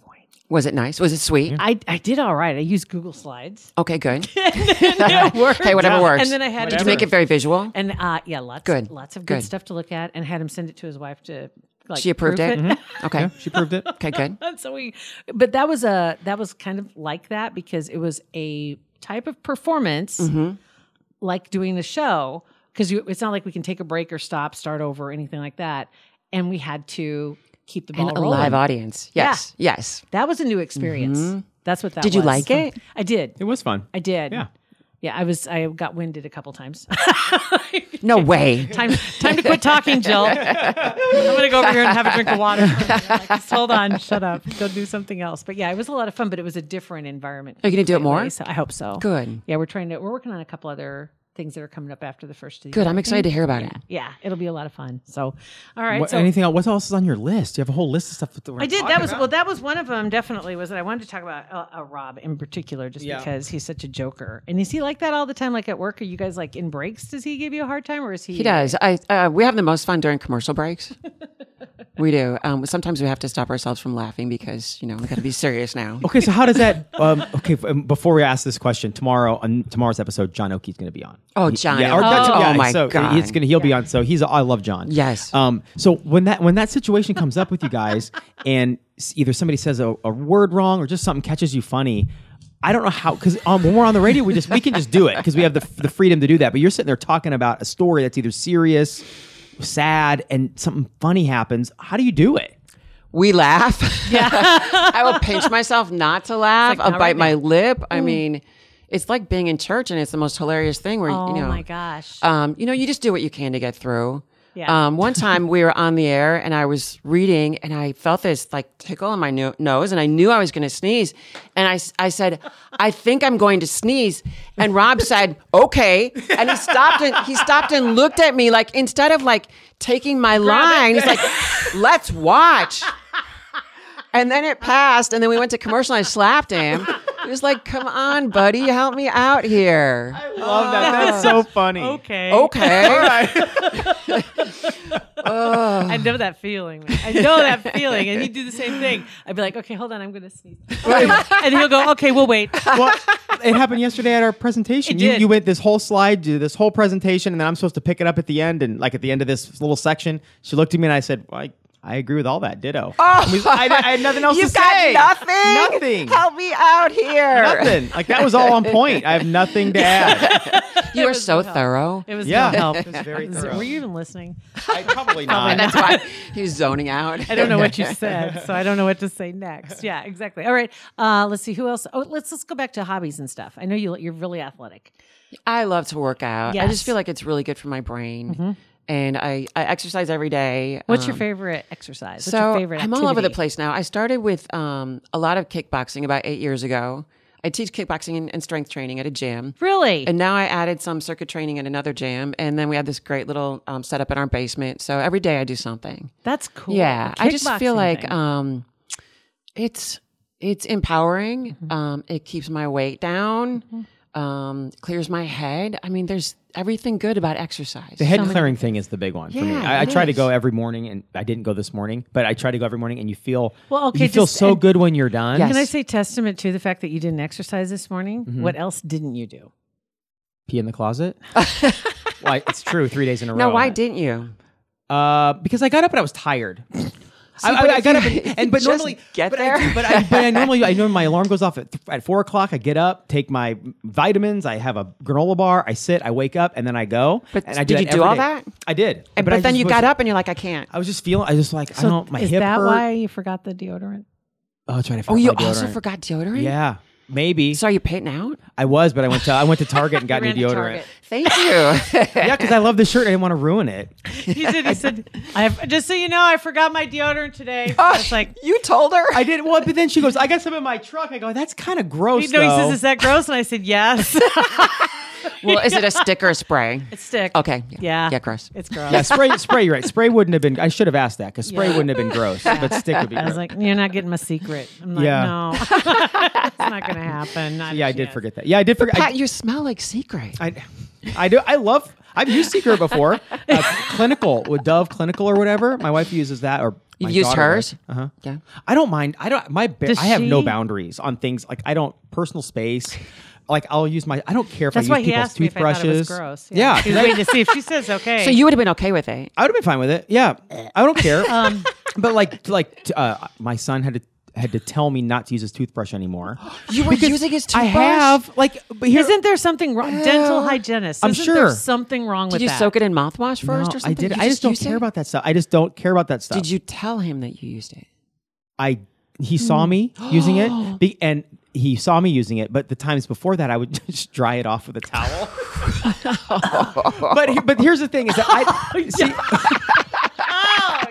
S6: Was it nice? Was it sweet?
S5: I I did all right. I used Google Slides.
S6: Okay, good.
S5: it worked.
S6: Hey, whatever works.
S5: And then I had
S6: Did you make it very visual?
S5: and uh, yeah, lots
S6: Good.
S5: lots of good,
S6: Good.
S5: stuff to look at, and had him send it to his wife to like
S6: She approved
S5: proof
S6: it. Okay.
S4: She proved it.
S6: Okay, good.
S5: And so we, but that was a that was kind of like that because it was a type of performance,
S6: Mm-hmm.
S5: like doing the show. Because it's not like we can take a break or stop, start over, or anything like that. And we had to keep the ball
S6: And a
S5: rolling.
S6: live audience.
S5: Yeah.
S6: Yes. Yes.
S5: That was a new experience. That's what that
S6: Did you
S5: was.
S6: like it?
S5: I did.
S4: It was fun.
S5: I did.
S4: Yeah.
S5: Yeah, I was. I got winded a couple times.
S6: No way.
S5: time time to quit talking, Jill. I'm gonna go over here and have a drink of water. Just hold on, shut up, go do something else. But yeah, it was a lot of fun, but it was a different environment.
S6: Are Oh, you gonna do it more?
S5: completely, So I hope so.
S6: Good.
S5: Yeah, we're trying to. We're working on a couple other things that are coming up after the first. Of the
S6: Good.
S5: year.
S6: I'm excited to hear about it.
S5: Yeah, it'll be a lot of fun. So, all right.
S4: What,
S5: so
S4: anything else? What else is on your list? You have a whole list of stuff. That we're
S5: I did.
S4: talking
S5: That was
S4: about.
S5: well. That was one of them. Definitely was that I wanted to talk about uh, uh, Rob in particular, just
S4: Yeah.
S5: because he's such a joker. And is he like that all the time? Like at work, are you guys like in breaks? Does he give you a hard time, or is he?
S6: He does. I uh, we have the most fun during commercial breaks. We do. Um, sometimes we have to stop ourselves from laughing because you know we got to be serious now.
S4: Okay, so how does that? Um, okay, f- um, before we ask this question, tomorrow on tomorrow's episode, John Oakey's going to be on.
S6: Oh,
S4: He-
S6: John.
S4: or not
S6: Oh,
S4: to-
S6: oh my
S4: so
S6: God.
S4: He's going to he'll be on. So he's I love John.
S6: Yes.
S4: Um. So when that when that situation comes up with you guys, and s- either somebody says a, a word wrong or just something catches you funny. I don't know how because um, when we're on the radio, we just we can just do it because we have the f- the freedom to do that. But you're sitting there talking about a story that's either serious, sad, and something funny happens. How do you do it?
S6: We laugh. Yeah. I will pinch myself not to laugh. I'll
S5: not
S6: bite
S5: right
S6: my lip.
S5: Mm.
S6: I mean, it's like being in church, and it's the most hilarious thing. Where
S5: Oh
S6: you know,
S5: my gosh.
S6: um, you know, you just do what you can to get through.
S5: Yeah.
S6: Um, one time we were on the air and I was reading and I felt this like tickle in my no- nose and I knew I was going to sneeze. And I, s- I said, I think I'm going to sneeze. And Rob said, okay. And he stopped and he stopped and looked at me like, instead of like taking my line, he's like, let's watch. And then it passed. And then we went to commercial and I slapped him. He was like, come on, buddy, help me out here.
S4: Love that. That's so funny.
S5: okay.
S6: oh, okay.
S5: I know that feeling. man. I know that feeling. And you do the same thing. I'd be like, okay, hold on, I'm going to sneeze. and he'll go, okay, we'll wait.
S4: well, it happened yesterday at our presentation.
S5: It
S4: you
S5: did.
S4: you went this whole slide, do this whole presentation, and then I'm supposed to pick it up at the end. And like at the end of this little section, she looked at me and I said, well, I, I agree with all that. Ditto. I, mean, I- I had nothing else
S6: You've
S4: to
S6: Oh. got
S4: say.
S6: nothing.
S4: Nothing.
S6: Help me out here.
S4: Nothing. Like that was all on point. I have nothing to add.
S6: You are so thorough.
S5: It was
S4: Yeah.
S5: no help.
S4: It was very
S5: Is-
S4: thorough.
S5: Were you even listening?
S4: I probably not.
S6: That's why he was zoning out.
S5: I don't know what you said, so I don't know what to say next. Yeah, exactly. All right. Uh, let's see who else. Oh, let's let's go back to hobbies and stuff. I know you you're really athletic.
S6: I love to work out. I
S5: Yes. Mm-hmm.
S6: just feel like it's really good for my brain. And I, I exercise every day.
S5: What's your
S6: Um,
S5: favorite exercise? What's
S6: so
S5: your favorite
S6: I'm all over the
S5: activity?
S6: place now. I started with um, a lot of kickboxing about eight years ago. I teach kickboxing and, and strength training at a gym.
S5: Really?
S6: And now I added some circuit training at another gym. And then we had this great little um, setup in our basement. So every day I do something.
S5: That's cool.
S6: Yeah,
S5: The
S6: I just feel
S5: kickboxing
S6: like
S5: thing.
S6: um, it's it's empowering.
S5: Mm-hmm.
S6: Um, it keeps my weight down. Um, clears my head. I mean, there's everything good about exercise.
S4: The head clearing thing is the big one for me.
S6: Yeah,
S4: I, I
S6: it
S4: try to
S6: is.
S4: go every morning, and I didn't go this morning, but I try to go every morning, and you feel
S5: Well, okay,
S4: you feel
S5: just-
S4: so
S5: and-
S4: good when you're done.
S6: Yes.
S5: Can I say testament to the fact that you didn't exercise this morning?
S6: Mm-hmm.
S5: What else didn't you do?
S4: Pee in the closet. Why? It's true. Three days in a row.
S6: no, why
S4: I-
S6: didn't you?
S4: Uh, because I got up and I was tired. I, I-
S6: but
S4: I
S6: if
S4: got
S6: you-
S4: up
S6: if you
S4: and, and but
S6: just
S4: normally
S6: get
S4: but I,
S6: there.
S4: but I but I normally I know my alarm goes off at, th- at four o'clock. I get up, take my vitamins, I have a granola bar, I sit, I wake up, and then I go.
S6: But
S4: and I
S6: did you do
S4: every
S6: all
S4: day.
S6: that?
S4: I did.
S6: And, but
S4: I
S6: then
S4: just
S6: you
S4: was-
S6: got up and you're like, I can't.
S4: I was just feeling. I was just like I don't. My
S5: is
S4: hip
S5: that
S4: hurt.
S5: why you forgot the deodorant?
S4: Oh, trying to.
S6: Oh, you also forgot deodorant.
S4: Yeah, maybe.
S6: So are you pitting out?
S4: I was, but I went to I went to Target and got new
S5: ran to
S4: deodorant.
S5: Target.
S6: Thank you.
S4: Yeah, because I love the shirt. I didn't want to ruin it.
S5: He said, he said, I have, just so you know, I forgot my deodorant today.
S4: Oh,
S5: I was like,
S6: you told her.
S4: I did. Well, but then she goes, "I got some in my truck." I go, "That's kind of gross."
S5: you know, he
S4: though."
S5: says, is that gross? And I said, yes.
S6: well, is it a stick or a spray?
S5: It's stick.
S6: Okay.
S5: Yeah.
S6: Yeah, gross.
S5: It's gross.
S4: Yeah, spray, spray. You're right. Spray wouldn't have been. I should have asked that because spray wouldn't have been gross, but stick would be.
S5: I was
S4: Gross.
S5: like, you're not getting my secret. I'm like,
S4: Yeah.
S5: no, it's not going to happen. Not a
S4: yeah, I did
S5: chance.
S4: forget that. Yeah, I did forget.
S6: Pat,
S4: I,
S6: you smell like secret.
S4: I, I do. I love. I've used Secret before. Uh, clinical with Dove Clinical or whatever. My wife uses that. Or
S6: you
S4: my
S6: used
S4: daughter
S6: hers.
S4: does. Uh-huh.
S6: Yeah.
S4: I don't mind. I don't. My. Ba-
S5: Does
S4: I have no
S5: she-
S4: boundaries on things like I don't personal space. Like I'll use my. I don't care if
S5: That's
S4: I
S5: why
S4: use
S5: he
S4: people's
S5: asked me if I
S4: toothbrushes.
S5: thought it was gross.
S4: Yeah. 'cause
S5: He was
S4: I-
S5: waiting to see if she says okay.
S6: So you would have been okay with it.
S4: I would have been fine with it. Yeah, I don't care.
S6: Um,
S4: but like, like t- uh, my son had to had to tell me not to use his toothbrush anymore.
S6: You were using his
S4: I
S6: toothbrush.
S4: have like, but here,
S5: Isn't there something wrong? Dental hygienist.
S4: I'm
S5: isn't there
S4: sure.
S5: something wrong with
S6: Did you
S5: that?
S6: soak it in mouthwash
S4: No,
S6: first or
S4: I
S6: something?
S4: did.
S6: You
S4: I just don't
S6: used
S4: care
S6: it?
S4: about that stuff. I just don't care about that stuff.
S6: Did you tell him that you used it?
S4: I he saw
S6: Hmm.
S4: me using it, be, and he saw me using it. But the times before that, I would just dry it off with a towel. but he- but here's the thing: is that I see,
S5: Ah.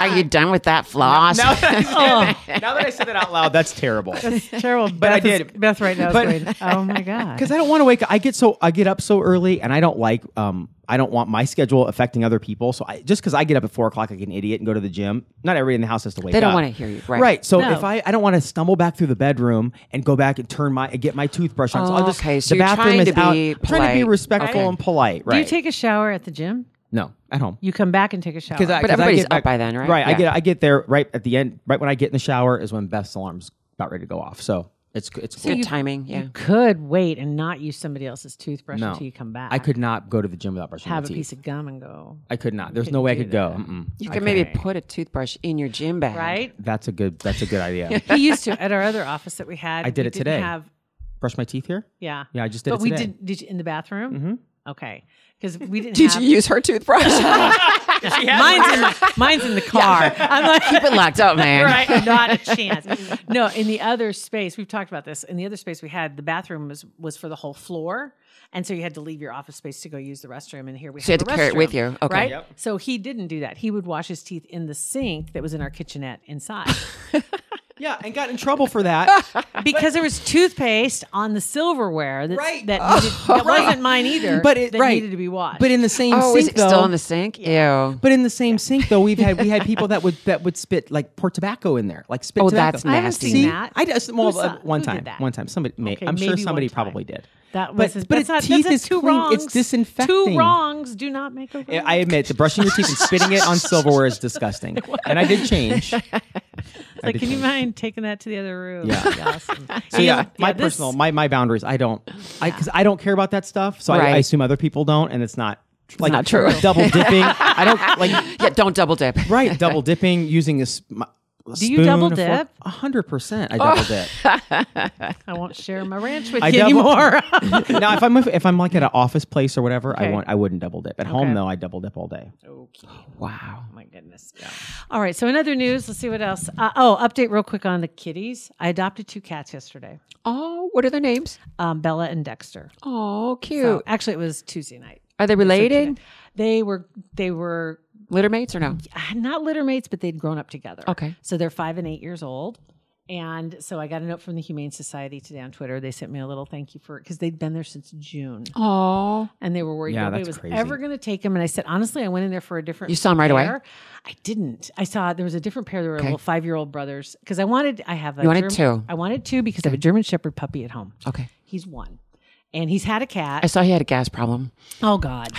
S6: Are you done with that floss?
S4: now, that
S6: Oh.
S4: I said, now that I said that out loud, that's terrible.
S5: Terrible.
S4: But I
S5: Beth is-
S4: did.
S5: Beth right now
S4: But-
S5: is going, oh my God.
S4: because I don't want to wake up. I get so I get up so early, and I don't like um I don't want my schedule affecting other people. So I just because I get up at four o'clock like an idiot and go to the gym, not everybody in the house has to wake.
S6: They don't
S4: up.
S6: wanna hear you, right.
S4: So
S5: No.
S4: if I I don't want to stumble back through the bedroom and go back and turn my and get my toothbrush on. so
S6: Oh,
S4: I'll just
S6: okay. So
S4: the
S6: you're
S4: bathroom
S6: trying
S4: is
S6: to
S4: out.
S6: be
S4: I'm trying to be
S6: polite.
S4: respectful
S6: Okay.
S4: and polite. Right.
S5: Do you take a shower at the gym?
S4: No, at home.
S5: You come back and take a shower.
S7: because I,
S6: But
S7: 'cause I
S6: everybody's
S7: get
S6: up
S7: back,
S6: by then, right?
S4: Right. I
S6: Yeah.
S4: get I get there right at the end. Right when I get in the shower is when Beth's alarm's about ready to go off. So it's it's
S6: good timing. Yeah.
S5: You could wait and not use somebody else's toothbrush
S4: No.
S5: until you come back.
S4: I could not go to the gym without brushing
S5: have
S4: my
S5: a
S4: teeth.
S5: piece of gum and go.
S4: I could not. There's no way I could go. Mm-mm.
S6: You can maybe put a toothbrush in your gym bag.
S5: Right?
S4: That's a good. That's a good idea.
S5: he used to at our other office that we had.
S4: I did
S5: we
S4: it
S5: didn't
S4: today.
S5: Have
S4: Brush my teeth here.
S5: yeah.
S4: Yeah, I just did
S5: but
S4: it
S5: we
S4: today.
S5: did. Did you in the bathroom? Mm-hmm. Okay, because we didn't.
S7: did
S5: have,
S7: you use her toothbrush?
S5: Mine's in, my, mine's in the car. I'm like,
S6: Keep it locked up, man.
S5: right? Not a chance. No, in the other space, we've talked about this. In the other space we had, the bathroom was was for the whole floor. And so you had to leave your office space to go use the restroom. And here we
S6: So you
S5: have
S6: had
S5: a
S6: to carry it with
S5: restroom,
S6: you. Okay.
S5: Right? So he didn't do that. He would wash his teeth in the sink that was in our kitchenette inside.
S4: Yeah, and got in trouble for that.
S5: because there was toothpaste on the silverware that,
S4: Right.
S5: that, needed, that wasn't mine either.
S4: But it-
S5: that
S4: right.
S5: needed to be washed.
S4: but in the same
S6: Oh,
S4: sink
S6: is it
S4: though.
S6: still in the sink? Ew.
S4: but in the same sink though, we've had we had people that would that would spit like pour tobacco in there, like spit.
S6: Oh,
S4: tobacco.
S6: that's
S5: I haven't
S6: nasty.
S5: seen
S4: See,
S5: that.
S4: I just well,
S5: Who saw-
S4: uh, one
S5: who did
S4: time,
S5: that?
S4: one time. Somebody, may,
S5: Okay,
S4: I'm sure
S5: maybe one
S4: somebody
S5: time.
S4: probably did.
S5: that
S4: but-
S5: was but,
S4: but
S5: that's
S4: it's
S5: not,
S4: teeth
S5: that's a
S4: is
S5: two
S4: clean.
S5: wrongs.
S4: It's disinfecting.
S5: Two wrongs do not make a right.
S4: I admit, the brushing your teeth and spitting it on silverware is disgusting, and I did change.
S5: It's like,
S4: did
S5: can you
S4: change.
S5: mind taking that to the other room?
S4: Yeah.
S5: That'd be awesome.
S4: So yeah, my
S5: this-
S4: personal, my my boundaries. I don't, I because I don't care about that stuff. So I, I
S6: Right.
S4: assume other people don't, and it's not like
S6: not true.
S4: Double dipping. I don't like
S6: Yeah, don't double dip.
S4: right double dipping using a. Sm-
S5: Do you double dip? Oh.
S4: A hundred percent. I double dip.
S5: I won't share my ranch with
S4: I
S5: you
S4: double-
S5: anymore.
S4: now, if I'm if I'm like at an office place or whatever, I
S5: Okay.
S4: want I wouldn't double dip. At home
S5: Okay.
S4: though, I double dip all day.
S6: Wow.
S5: my goodness. All right. So in other news, let's see what else. Uh, oh, update real quick on the kitties. I adopted two cats yesterday,
S6: Oh, what are their names?
S5: um, Bella and Dexter.
S6: Oh, cute.
S5: So, uh, actually, it was Tuesday night.
S6: are they related?
S5: They were they were
S6: Litter mates or no?
S5: uh, not litter mates, but they'd grown up together.
S6: Okay.
S5: So they're five and eight years old. And so I got a note from the Humane Society today on Twitter. They sent me a little thank you for because they'd been there since June.
S6: Oh.
S5: and they were worried
S4: Yeah,
S5: nobody
S4: that's
S5: was
S4: crazy.
S5: ever going to take them. And I said, honestly, I went in there for a different.
S6: You saw 'em right away?
S5: pair. I didn't. I saw there was a different pair. There were
S6: Okay.
S5: little five-year-old brothers because I wanted. I have. A
S6: You wanted
S5: German-
S6: two.
S5: I wanted two because I have a German Shepherd puppy at home.
S6: Okay.
S5: He's one, and he's had a cat.
S6: I saw he had a gas problem.
S5: oh God.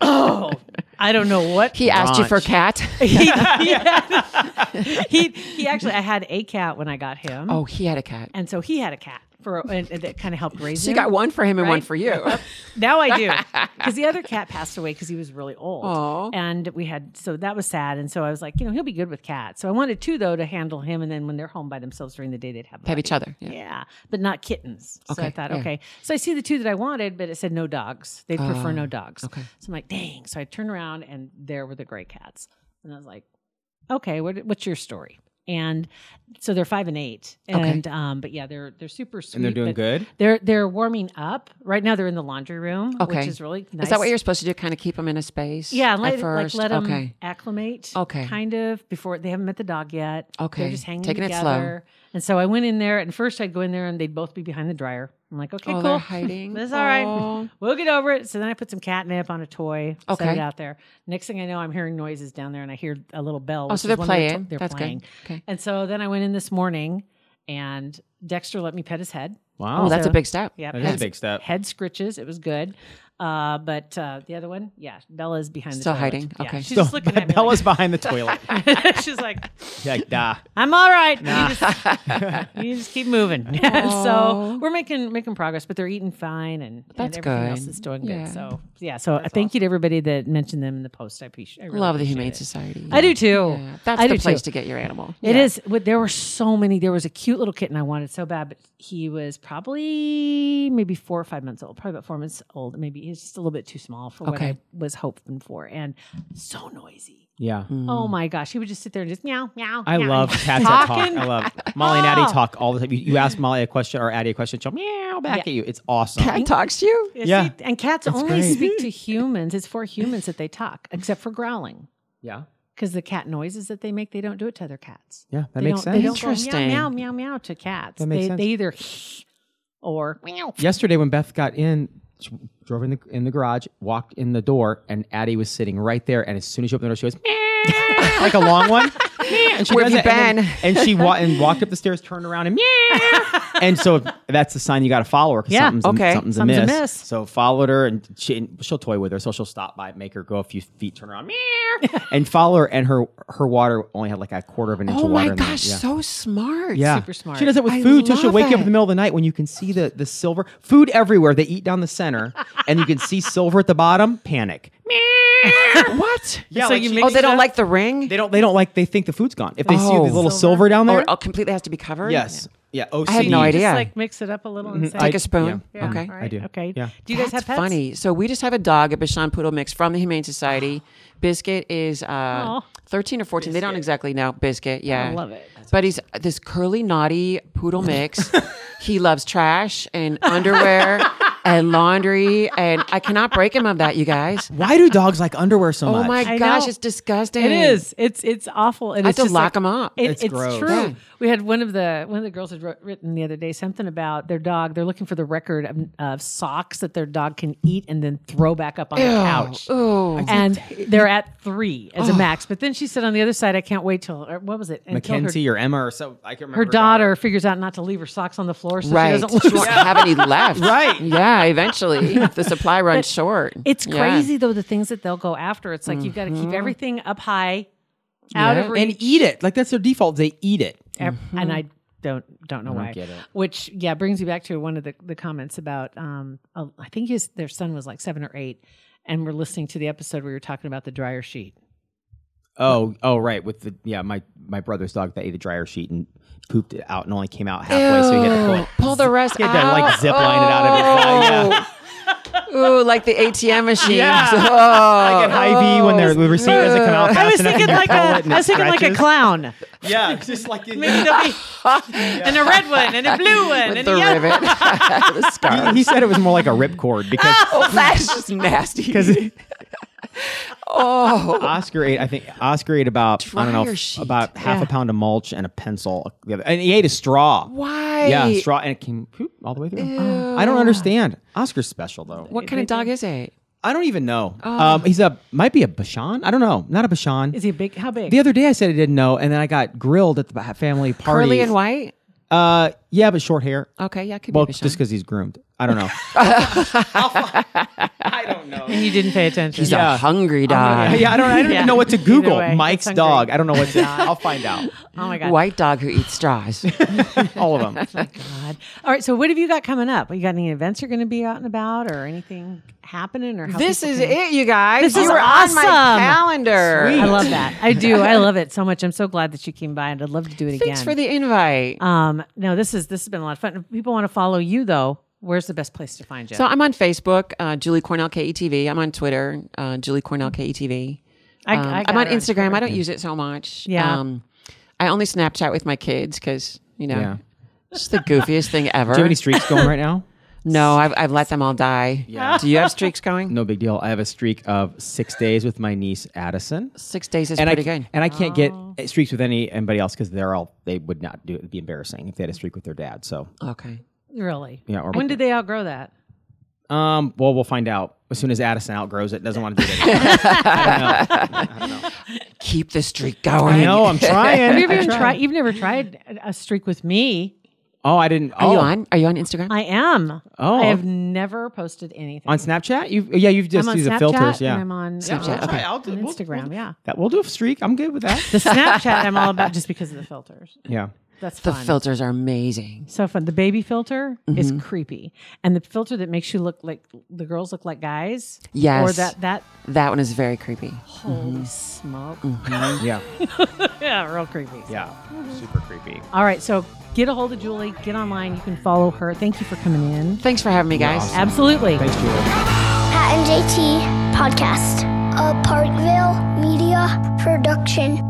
S5: oh, I don't know what
S6: He asked you for a cat.
S5: he, he, had- he he actually. I had a cat when I got him,
S6: oh, he had a cat.
S5: and so he had a cat for and, and that kind of helped raise
S6: So you
S5: him.
S6: got one for him and one
S5: Right?
S6: for you.
S5: Now I do because the other cat passed away because he was really old,
S6: Aw.
S5: and we had so that was sad. And so I was like, you know, he'll be good with cats. So I wanted two though to handle him, and then when they're home by themselves during the day, they'd have a
S6: Have
S5: buddy.
S6: each other. Yeah.
S5: Yeah, but not kittens. So I
S6: Okay,
S5: thought,
S6: yeah.
S5: okay. So I see the two that I wanted, but it said no dogs. They'd prefer
S6: Oh.
S5: no dogs.
S6: okay.
S5: So I'm like, dang. So I turn around and there were the gray cats, and I was like, okay, what, what's your story? And so they're five and eight,
S6: Okay.
S5: and um, but yeah, they're they're super sweet.
S4: And they're doing
S5: but-
S4: good.
S5: they're they're warming up right now. They're in the laundry room,
S6: Okay.
S5: which is really nice.
S6: Is that what you're supposed to do? Kind of keep them in a space?
S5: Yeah,
S6: at
S5: let, like
S6: first?
S5: let them
S6: Okay.
S5: acclimate.
S6: Okay.
S5: kind of before they haven't met the dog yet.
S6: Okay.
S5: they're just hanging
S6: Taking it slow.
S5: together. And so I went in there, and first I'd go in there, and they'd both be behind the dryer. I'm like, okay,
S6: oh,
S5: cool,
S6: they're hiding.
S5: That's all right.
S6: Oh.
S5: We'll get over it. So then I put some catnip on a toy, set
S6: Okay.
S5: it out there. Next thing I know, I'm hearing noises down there, and I hear a little bell.
S6: Oh,
S5: which is
S6: so they're
S5: one of the to-
S6: playing.
S5: they're
S6: That's
S5: playing.
S6: good. Okay.
S5: And so then I went in this morning, and Dexter let me pet his head.
S4: Wow,
S6: Oh, that's a big step.
S5: Yep.
S4: that is a
S5: Head-
S4: big step.
S5: Head scritches. It was good. Uh, but uh, the other one, yeah, Bella's behind the
S6: Still
S5: toilet.
S6: hiding?
S5: Yeah,
S6: Okay.
S5: She's just looking at me.
S4: Bella's behind the toilet.
S5: Like, she's like,
S4: like, nah.
S5: I'm all right. You, just, you just keep moving. so we're making making progress, but they're eating fine and, and
S6: That's
S5: everything
S6: good.
S5: else is doing
S6: Yeah.
S5: good. So yeah, so I thank you to everybody that mentioned them in the post. I appreciate I really
S6: Love the
S5: appreciate
S6: Humane
S5: it.
S6: Society.
S5: I do too.
S6: Yeah. That's
S5: I
S6: the
S5: do
S6: place
S5: too.
S6: to get your animal.
S5: It
S6: Yeah.
S5: is. What There were so many. There was a cute little kitten I wanted so bad, but he was probably maybe four or five months old, probably about four months old. Maybe he was just a little bit too small for what I
S6: Okay.
S5: was hoping for, and so noisy.
S4: Yeah.
S5: Oh
S6: Mm.
S5: my gosh, he would just sit there and just meow meow.
S4: I
S5: meow.
S4: love cats that talk.
S5: Talking.
S4: I love Molly and Addie talk all the time. You, you ask Molly a question or Addie a question, she'll meow back at you. It's awesome.
S7: Cat talks to you.
S5: Yeah,
S4: Yeah.
S5: see, and cats
S4: That's
S5: only
S4: great.
S5: speak to humans. It's for humans that they talk, except for growling,
S4: Yeah.
S5: because the cat noises that they make, they don't do it to other cats.
S4: Yeah, that
S5: They
S4: makes
S5: don't-
S4: sense.
S5: They don't go meow
S6: Interesting.
S5: meow meow meow to cats.
S4: That makes
S5: they,
S4: sense.
S5: they either or meow.
S4: Yesterday when Beth got in, she drove in the in the garage, walked in the door, and Addie was sitting right there. And as soon as she opened the door, she goes meow, like a long one. and she
S6: Where
S4: does
S6: have you
S4: it, and then-
S6: been?
S4: And, she wa- and walked up the stairs, turned around, and meow. and so that's the sign you got to follow her. 'cause
S5: Yeah,
S4: something's
S6: okay.
S4: something's,
S5: Something's
S4: amiss.
S5: amiss.
S4: So followed her, and, she, and she'll toy with her. So she'll stop by, make her go a few feet, turn around, meow, and follow her. And her her water only had like a quarter of an inch
S6: Oh
S4: of
S6: my
S4: water. in
S6: gosh,
S4: there. Yeah.
S6: so smart.
S4: Yeah.
S5: Super smart.
S4: She does it with
S6: I
S4: food too. She'll
S6: love
S4: wake you up in
S6: it.
S4: the middle of the night when you can see the the silver food everywhere. They eat down the center, and you can see silver at the bottom. Panic.
S6: What?
S4: Yeah,
S5: So
S4: like
S5: you
S4: she-
S5: mix
S6: Oh, they don't
S5: up-
S6: like the ring?
S4: They don't. They don't like. They think the food's gone. If they see the
S6: Oh.
S4: little silver,
S5: Silver?
S4: down
S6: Or
S4: there.
S6: it completely has to be covered?
S4: yes. Yeah. OCD.
S6: I had no idea.
S5: Just like mix it up a little and say,
S6: Take a spoon.
S4: yeah.
S6: Okay.
S5: all right,
S4: I do.
S5: Okay.
S4: Mm-hmm. Yeah.
S5: Do you guys
S6: That's
S5: have pets?
S6: funny. So we just have a dog, a Bichon Poodle mix from the Humane Society. Biscuit is uh,
S5: Aw.
S6: 13 or 14. They don't exactly know. Biscuit, yeah.
S5: Oh. I love it.
S6: But he's this curly, naughty poodle mix. he loves trash and underwear and laundry. And I cannot break him of that, you guys.
S4: Why do dogs like underwear so
S6: Oh
S4: much?
S6: my
S5: I
S6: gosh,
S5: know.
S6: it's disgusting.
S5: It is. It's it's awful. And
S6: I have
S5: it's
S6: to
S5: just
S6: lock
S5: like-
S6: him up.
S5: It-
S4: It's
S5: it's
S4: gross.
S5: true.
S4: Yeah.
S5: We had one of the one of the girls had wrote, written the other day something about their dog. They're looking for the record of, of socks that their dog can eat and then throw back up on the couch.
S6: Oh,
S5: And they're at three as a max. But then she said on the other side, I can't wait till or what was it? Until her-
S4: Mackenzie or Emma or so. I can remember.
S5: her daughter figures out not to leave her socks on the floor so
S6: right.
S5: she doesn't lose.
S6: She won't have any left.
S4: Right.
S6: Yeah, eventually. if the supply runs short.
S5: It's
S6: Yeah.
S5: crazy though the things that they'll go after. It's like you've got to keep everything up high, out
S6: Yeah.
S5: of reach,
S4: and eat it. Like that's their default. They eat it.
S5: Ev- and I don't don't know why.
S4: get it.
S5: Which yeah brings me back to one of the, the comments about um uh, I think his their son was like seven or eight, and we're listening to the episode where you're talking about the dryer sheet.
S4: Oh, oh, right. With the yeah, my my brother's dog that ate a dryer sheet and pooped it out and only came out halfway, so he had to pull, it-
S6: Pull the rest
S4: he had
S6: out. Oh.
S4: to
S5: Ah.
S4: like zip line it out of his body.
S5: Oh.
S4: Yeah.
S6: Ooh, like the ATM machine.
S4: Yeah.
S6: Oh.
S4: like at Hy-Vee when their the receipt doesn't come out. Fast
S5: I was
S4: enough
S5: thinking
S4: and you
S5: like
S4: pull
S5: a,
S4: it and
S5: I
S4: it
S5: was thinking like a
S4: scratches.
S5: clown,
S4: Yeah, just like
S5: maybe they'll be, and a red one and a blue one
S6: With
S5: and
S6: the
S5: a yellow.
S6: rivet. the scarf.
S4: he said it was more like a ripcord because
S6: Oh, that's just nasty.
S4: because
S6: oh,
S4: Oscar ate I think Oscar ate about I don't know
S6: Dryer sheet.
S4: about half
S5: Yeah.
S4: a pound of mulch and a pencil the other, and he ate a straw.
S6: why?
S4: Yeah, straw and it came poop, all the way through. I don't understand. Oscar's special though.
S6: What kind of dog is it?
S4: I don't even know. Um, he's a might be a Bashan. I don't know. Not a Bashan.
S5: Oh. Is he big? How big?
S4: the other day I said I didn't know, and then I got grilled at the ba- family party.
S6: Curly and white.
S4: Uh, yeah, but short hair.
S6: Okay, yeah, could
S4: Well,
S6: be Bichon.
S4: just because he's groomed. I don't know.
S5: you didn't pay attention.
S6: He's a hungry dog.
S4: yeah, I don't. I don't
S5: Yeah.
S4: even know what to Google.
S5: Either way,
S4: Mike's
S5: it's hungry.
S4: dog. I don't know what to. I'll find out.
S5: oh my god.
S6: White dog who eats straws.
S4: All of them.
S5: God. All right. So, what have you got coming up? You got any events you're going to be out and about, or anything happening, or how
S6: this
S5: people
S6: is
S5: can-
S6: it, you guys.
S5: This
S6: you
S5: is
S6: were on
S5: awesome.
S6: my calendar.
S5: I love that. I do. I love it so much. I'm so glad that you came by, and I'd love to do it again.
S6: Thanks for the invite.
S5: Um, no, this is this has been a lot of fun. If people want to follow you though. Where's the best place to find you?
S6: So I'm on Facebook, uh, Julie Cornell KETV. I'm on Twitter, uh, Julie Cornell KETV.
S5: I-
S6: Um,
S5: I got
S6: I'm on
S5: her on
S6: Instagram. I
S5: Twitter.
S6: don't use it so much.
S5: Yeah.
S6: Um, I only Snapchat with my kids because you know
S4: Yeah.
S6: it's the goofiest thing ever.
S4: Do you have any streaks going right now?
S6: no, I've, I've let them all die. Do you have streaks going?
S4: No big deal. I have a streak of six days with my niece Addison,
S6: Six days is
S4: and I
S6: pretty good.
S4: and I can't get eh, streaks with any anybody else because they're all they would not do. It'd be embarrassing if they had a streak with their dad. So,
S6: okay.
S5: really?
S4: Yeah, or-
S5: when did they outgrow that?
S4: um, well, we'll find out as soon as Addison outgrows it. Doesn't want to do it. Anymore.
S6: Keep the streak going.
S4: I know. I'm trying.
S5: Have you ever
S4: I
S5: even
S4: tried.
S5: tried? You've never tried a streak with me.
S4: Oh, I didn't.
S6: Are
S4: oh,
S6: you on? Are you on Instagram?
S5: I am.
S4: Oh.
S5: I have never posted anything.
S4: on Snapchat? You yeah, you've just
S5: I'm on
S4: used the
S5: Snapchat
S4: filters. Yeah,
S5: and I'm on
S6: Snapchat,
S5: uh,
S6: okay.
S4: I'll do-
S5: on
S4: we'll-
S5: Instagram.
S4: we'll-
S5: yeah.
S4: that we'll do a streak. I'm good with that.
S5: The Snapchat I'm all about just because of the filters.
S4: yeah.
S5: That's
S6: the
S5: fun.
S6: filters are amazing.
S5: so fun. The baby filter is
S6: Mm-hmm.
S5: creepy, and the filter that makes you look like the girls look like guys.
S6: Yes. Mm-hmm.
S5: Or that that
S6: That one is very creepy.
S5: holy smoke.
S6: Mm.
S4: Yeah.
S5: Yeah, real creepy.
S4: Yeah. Super creepy.
S5: All right, so get a hold of Julie. Get online. You can follow her. Thank you for coming in.
S6: Thanks for having me, guys.
S5: Absolutely.
S4: Thanks, Julie.
S3: Pat and JT Podcast, a Parkville media production.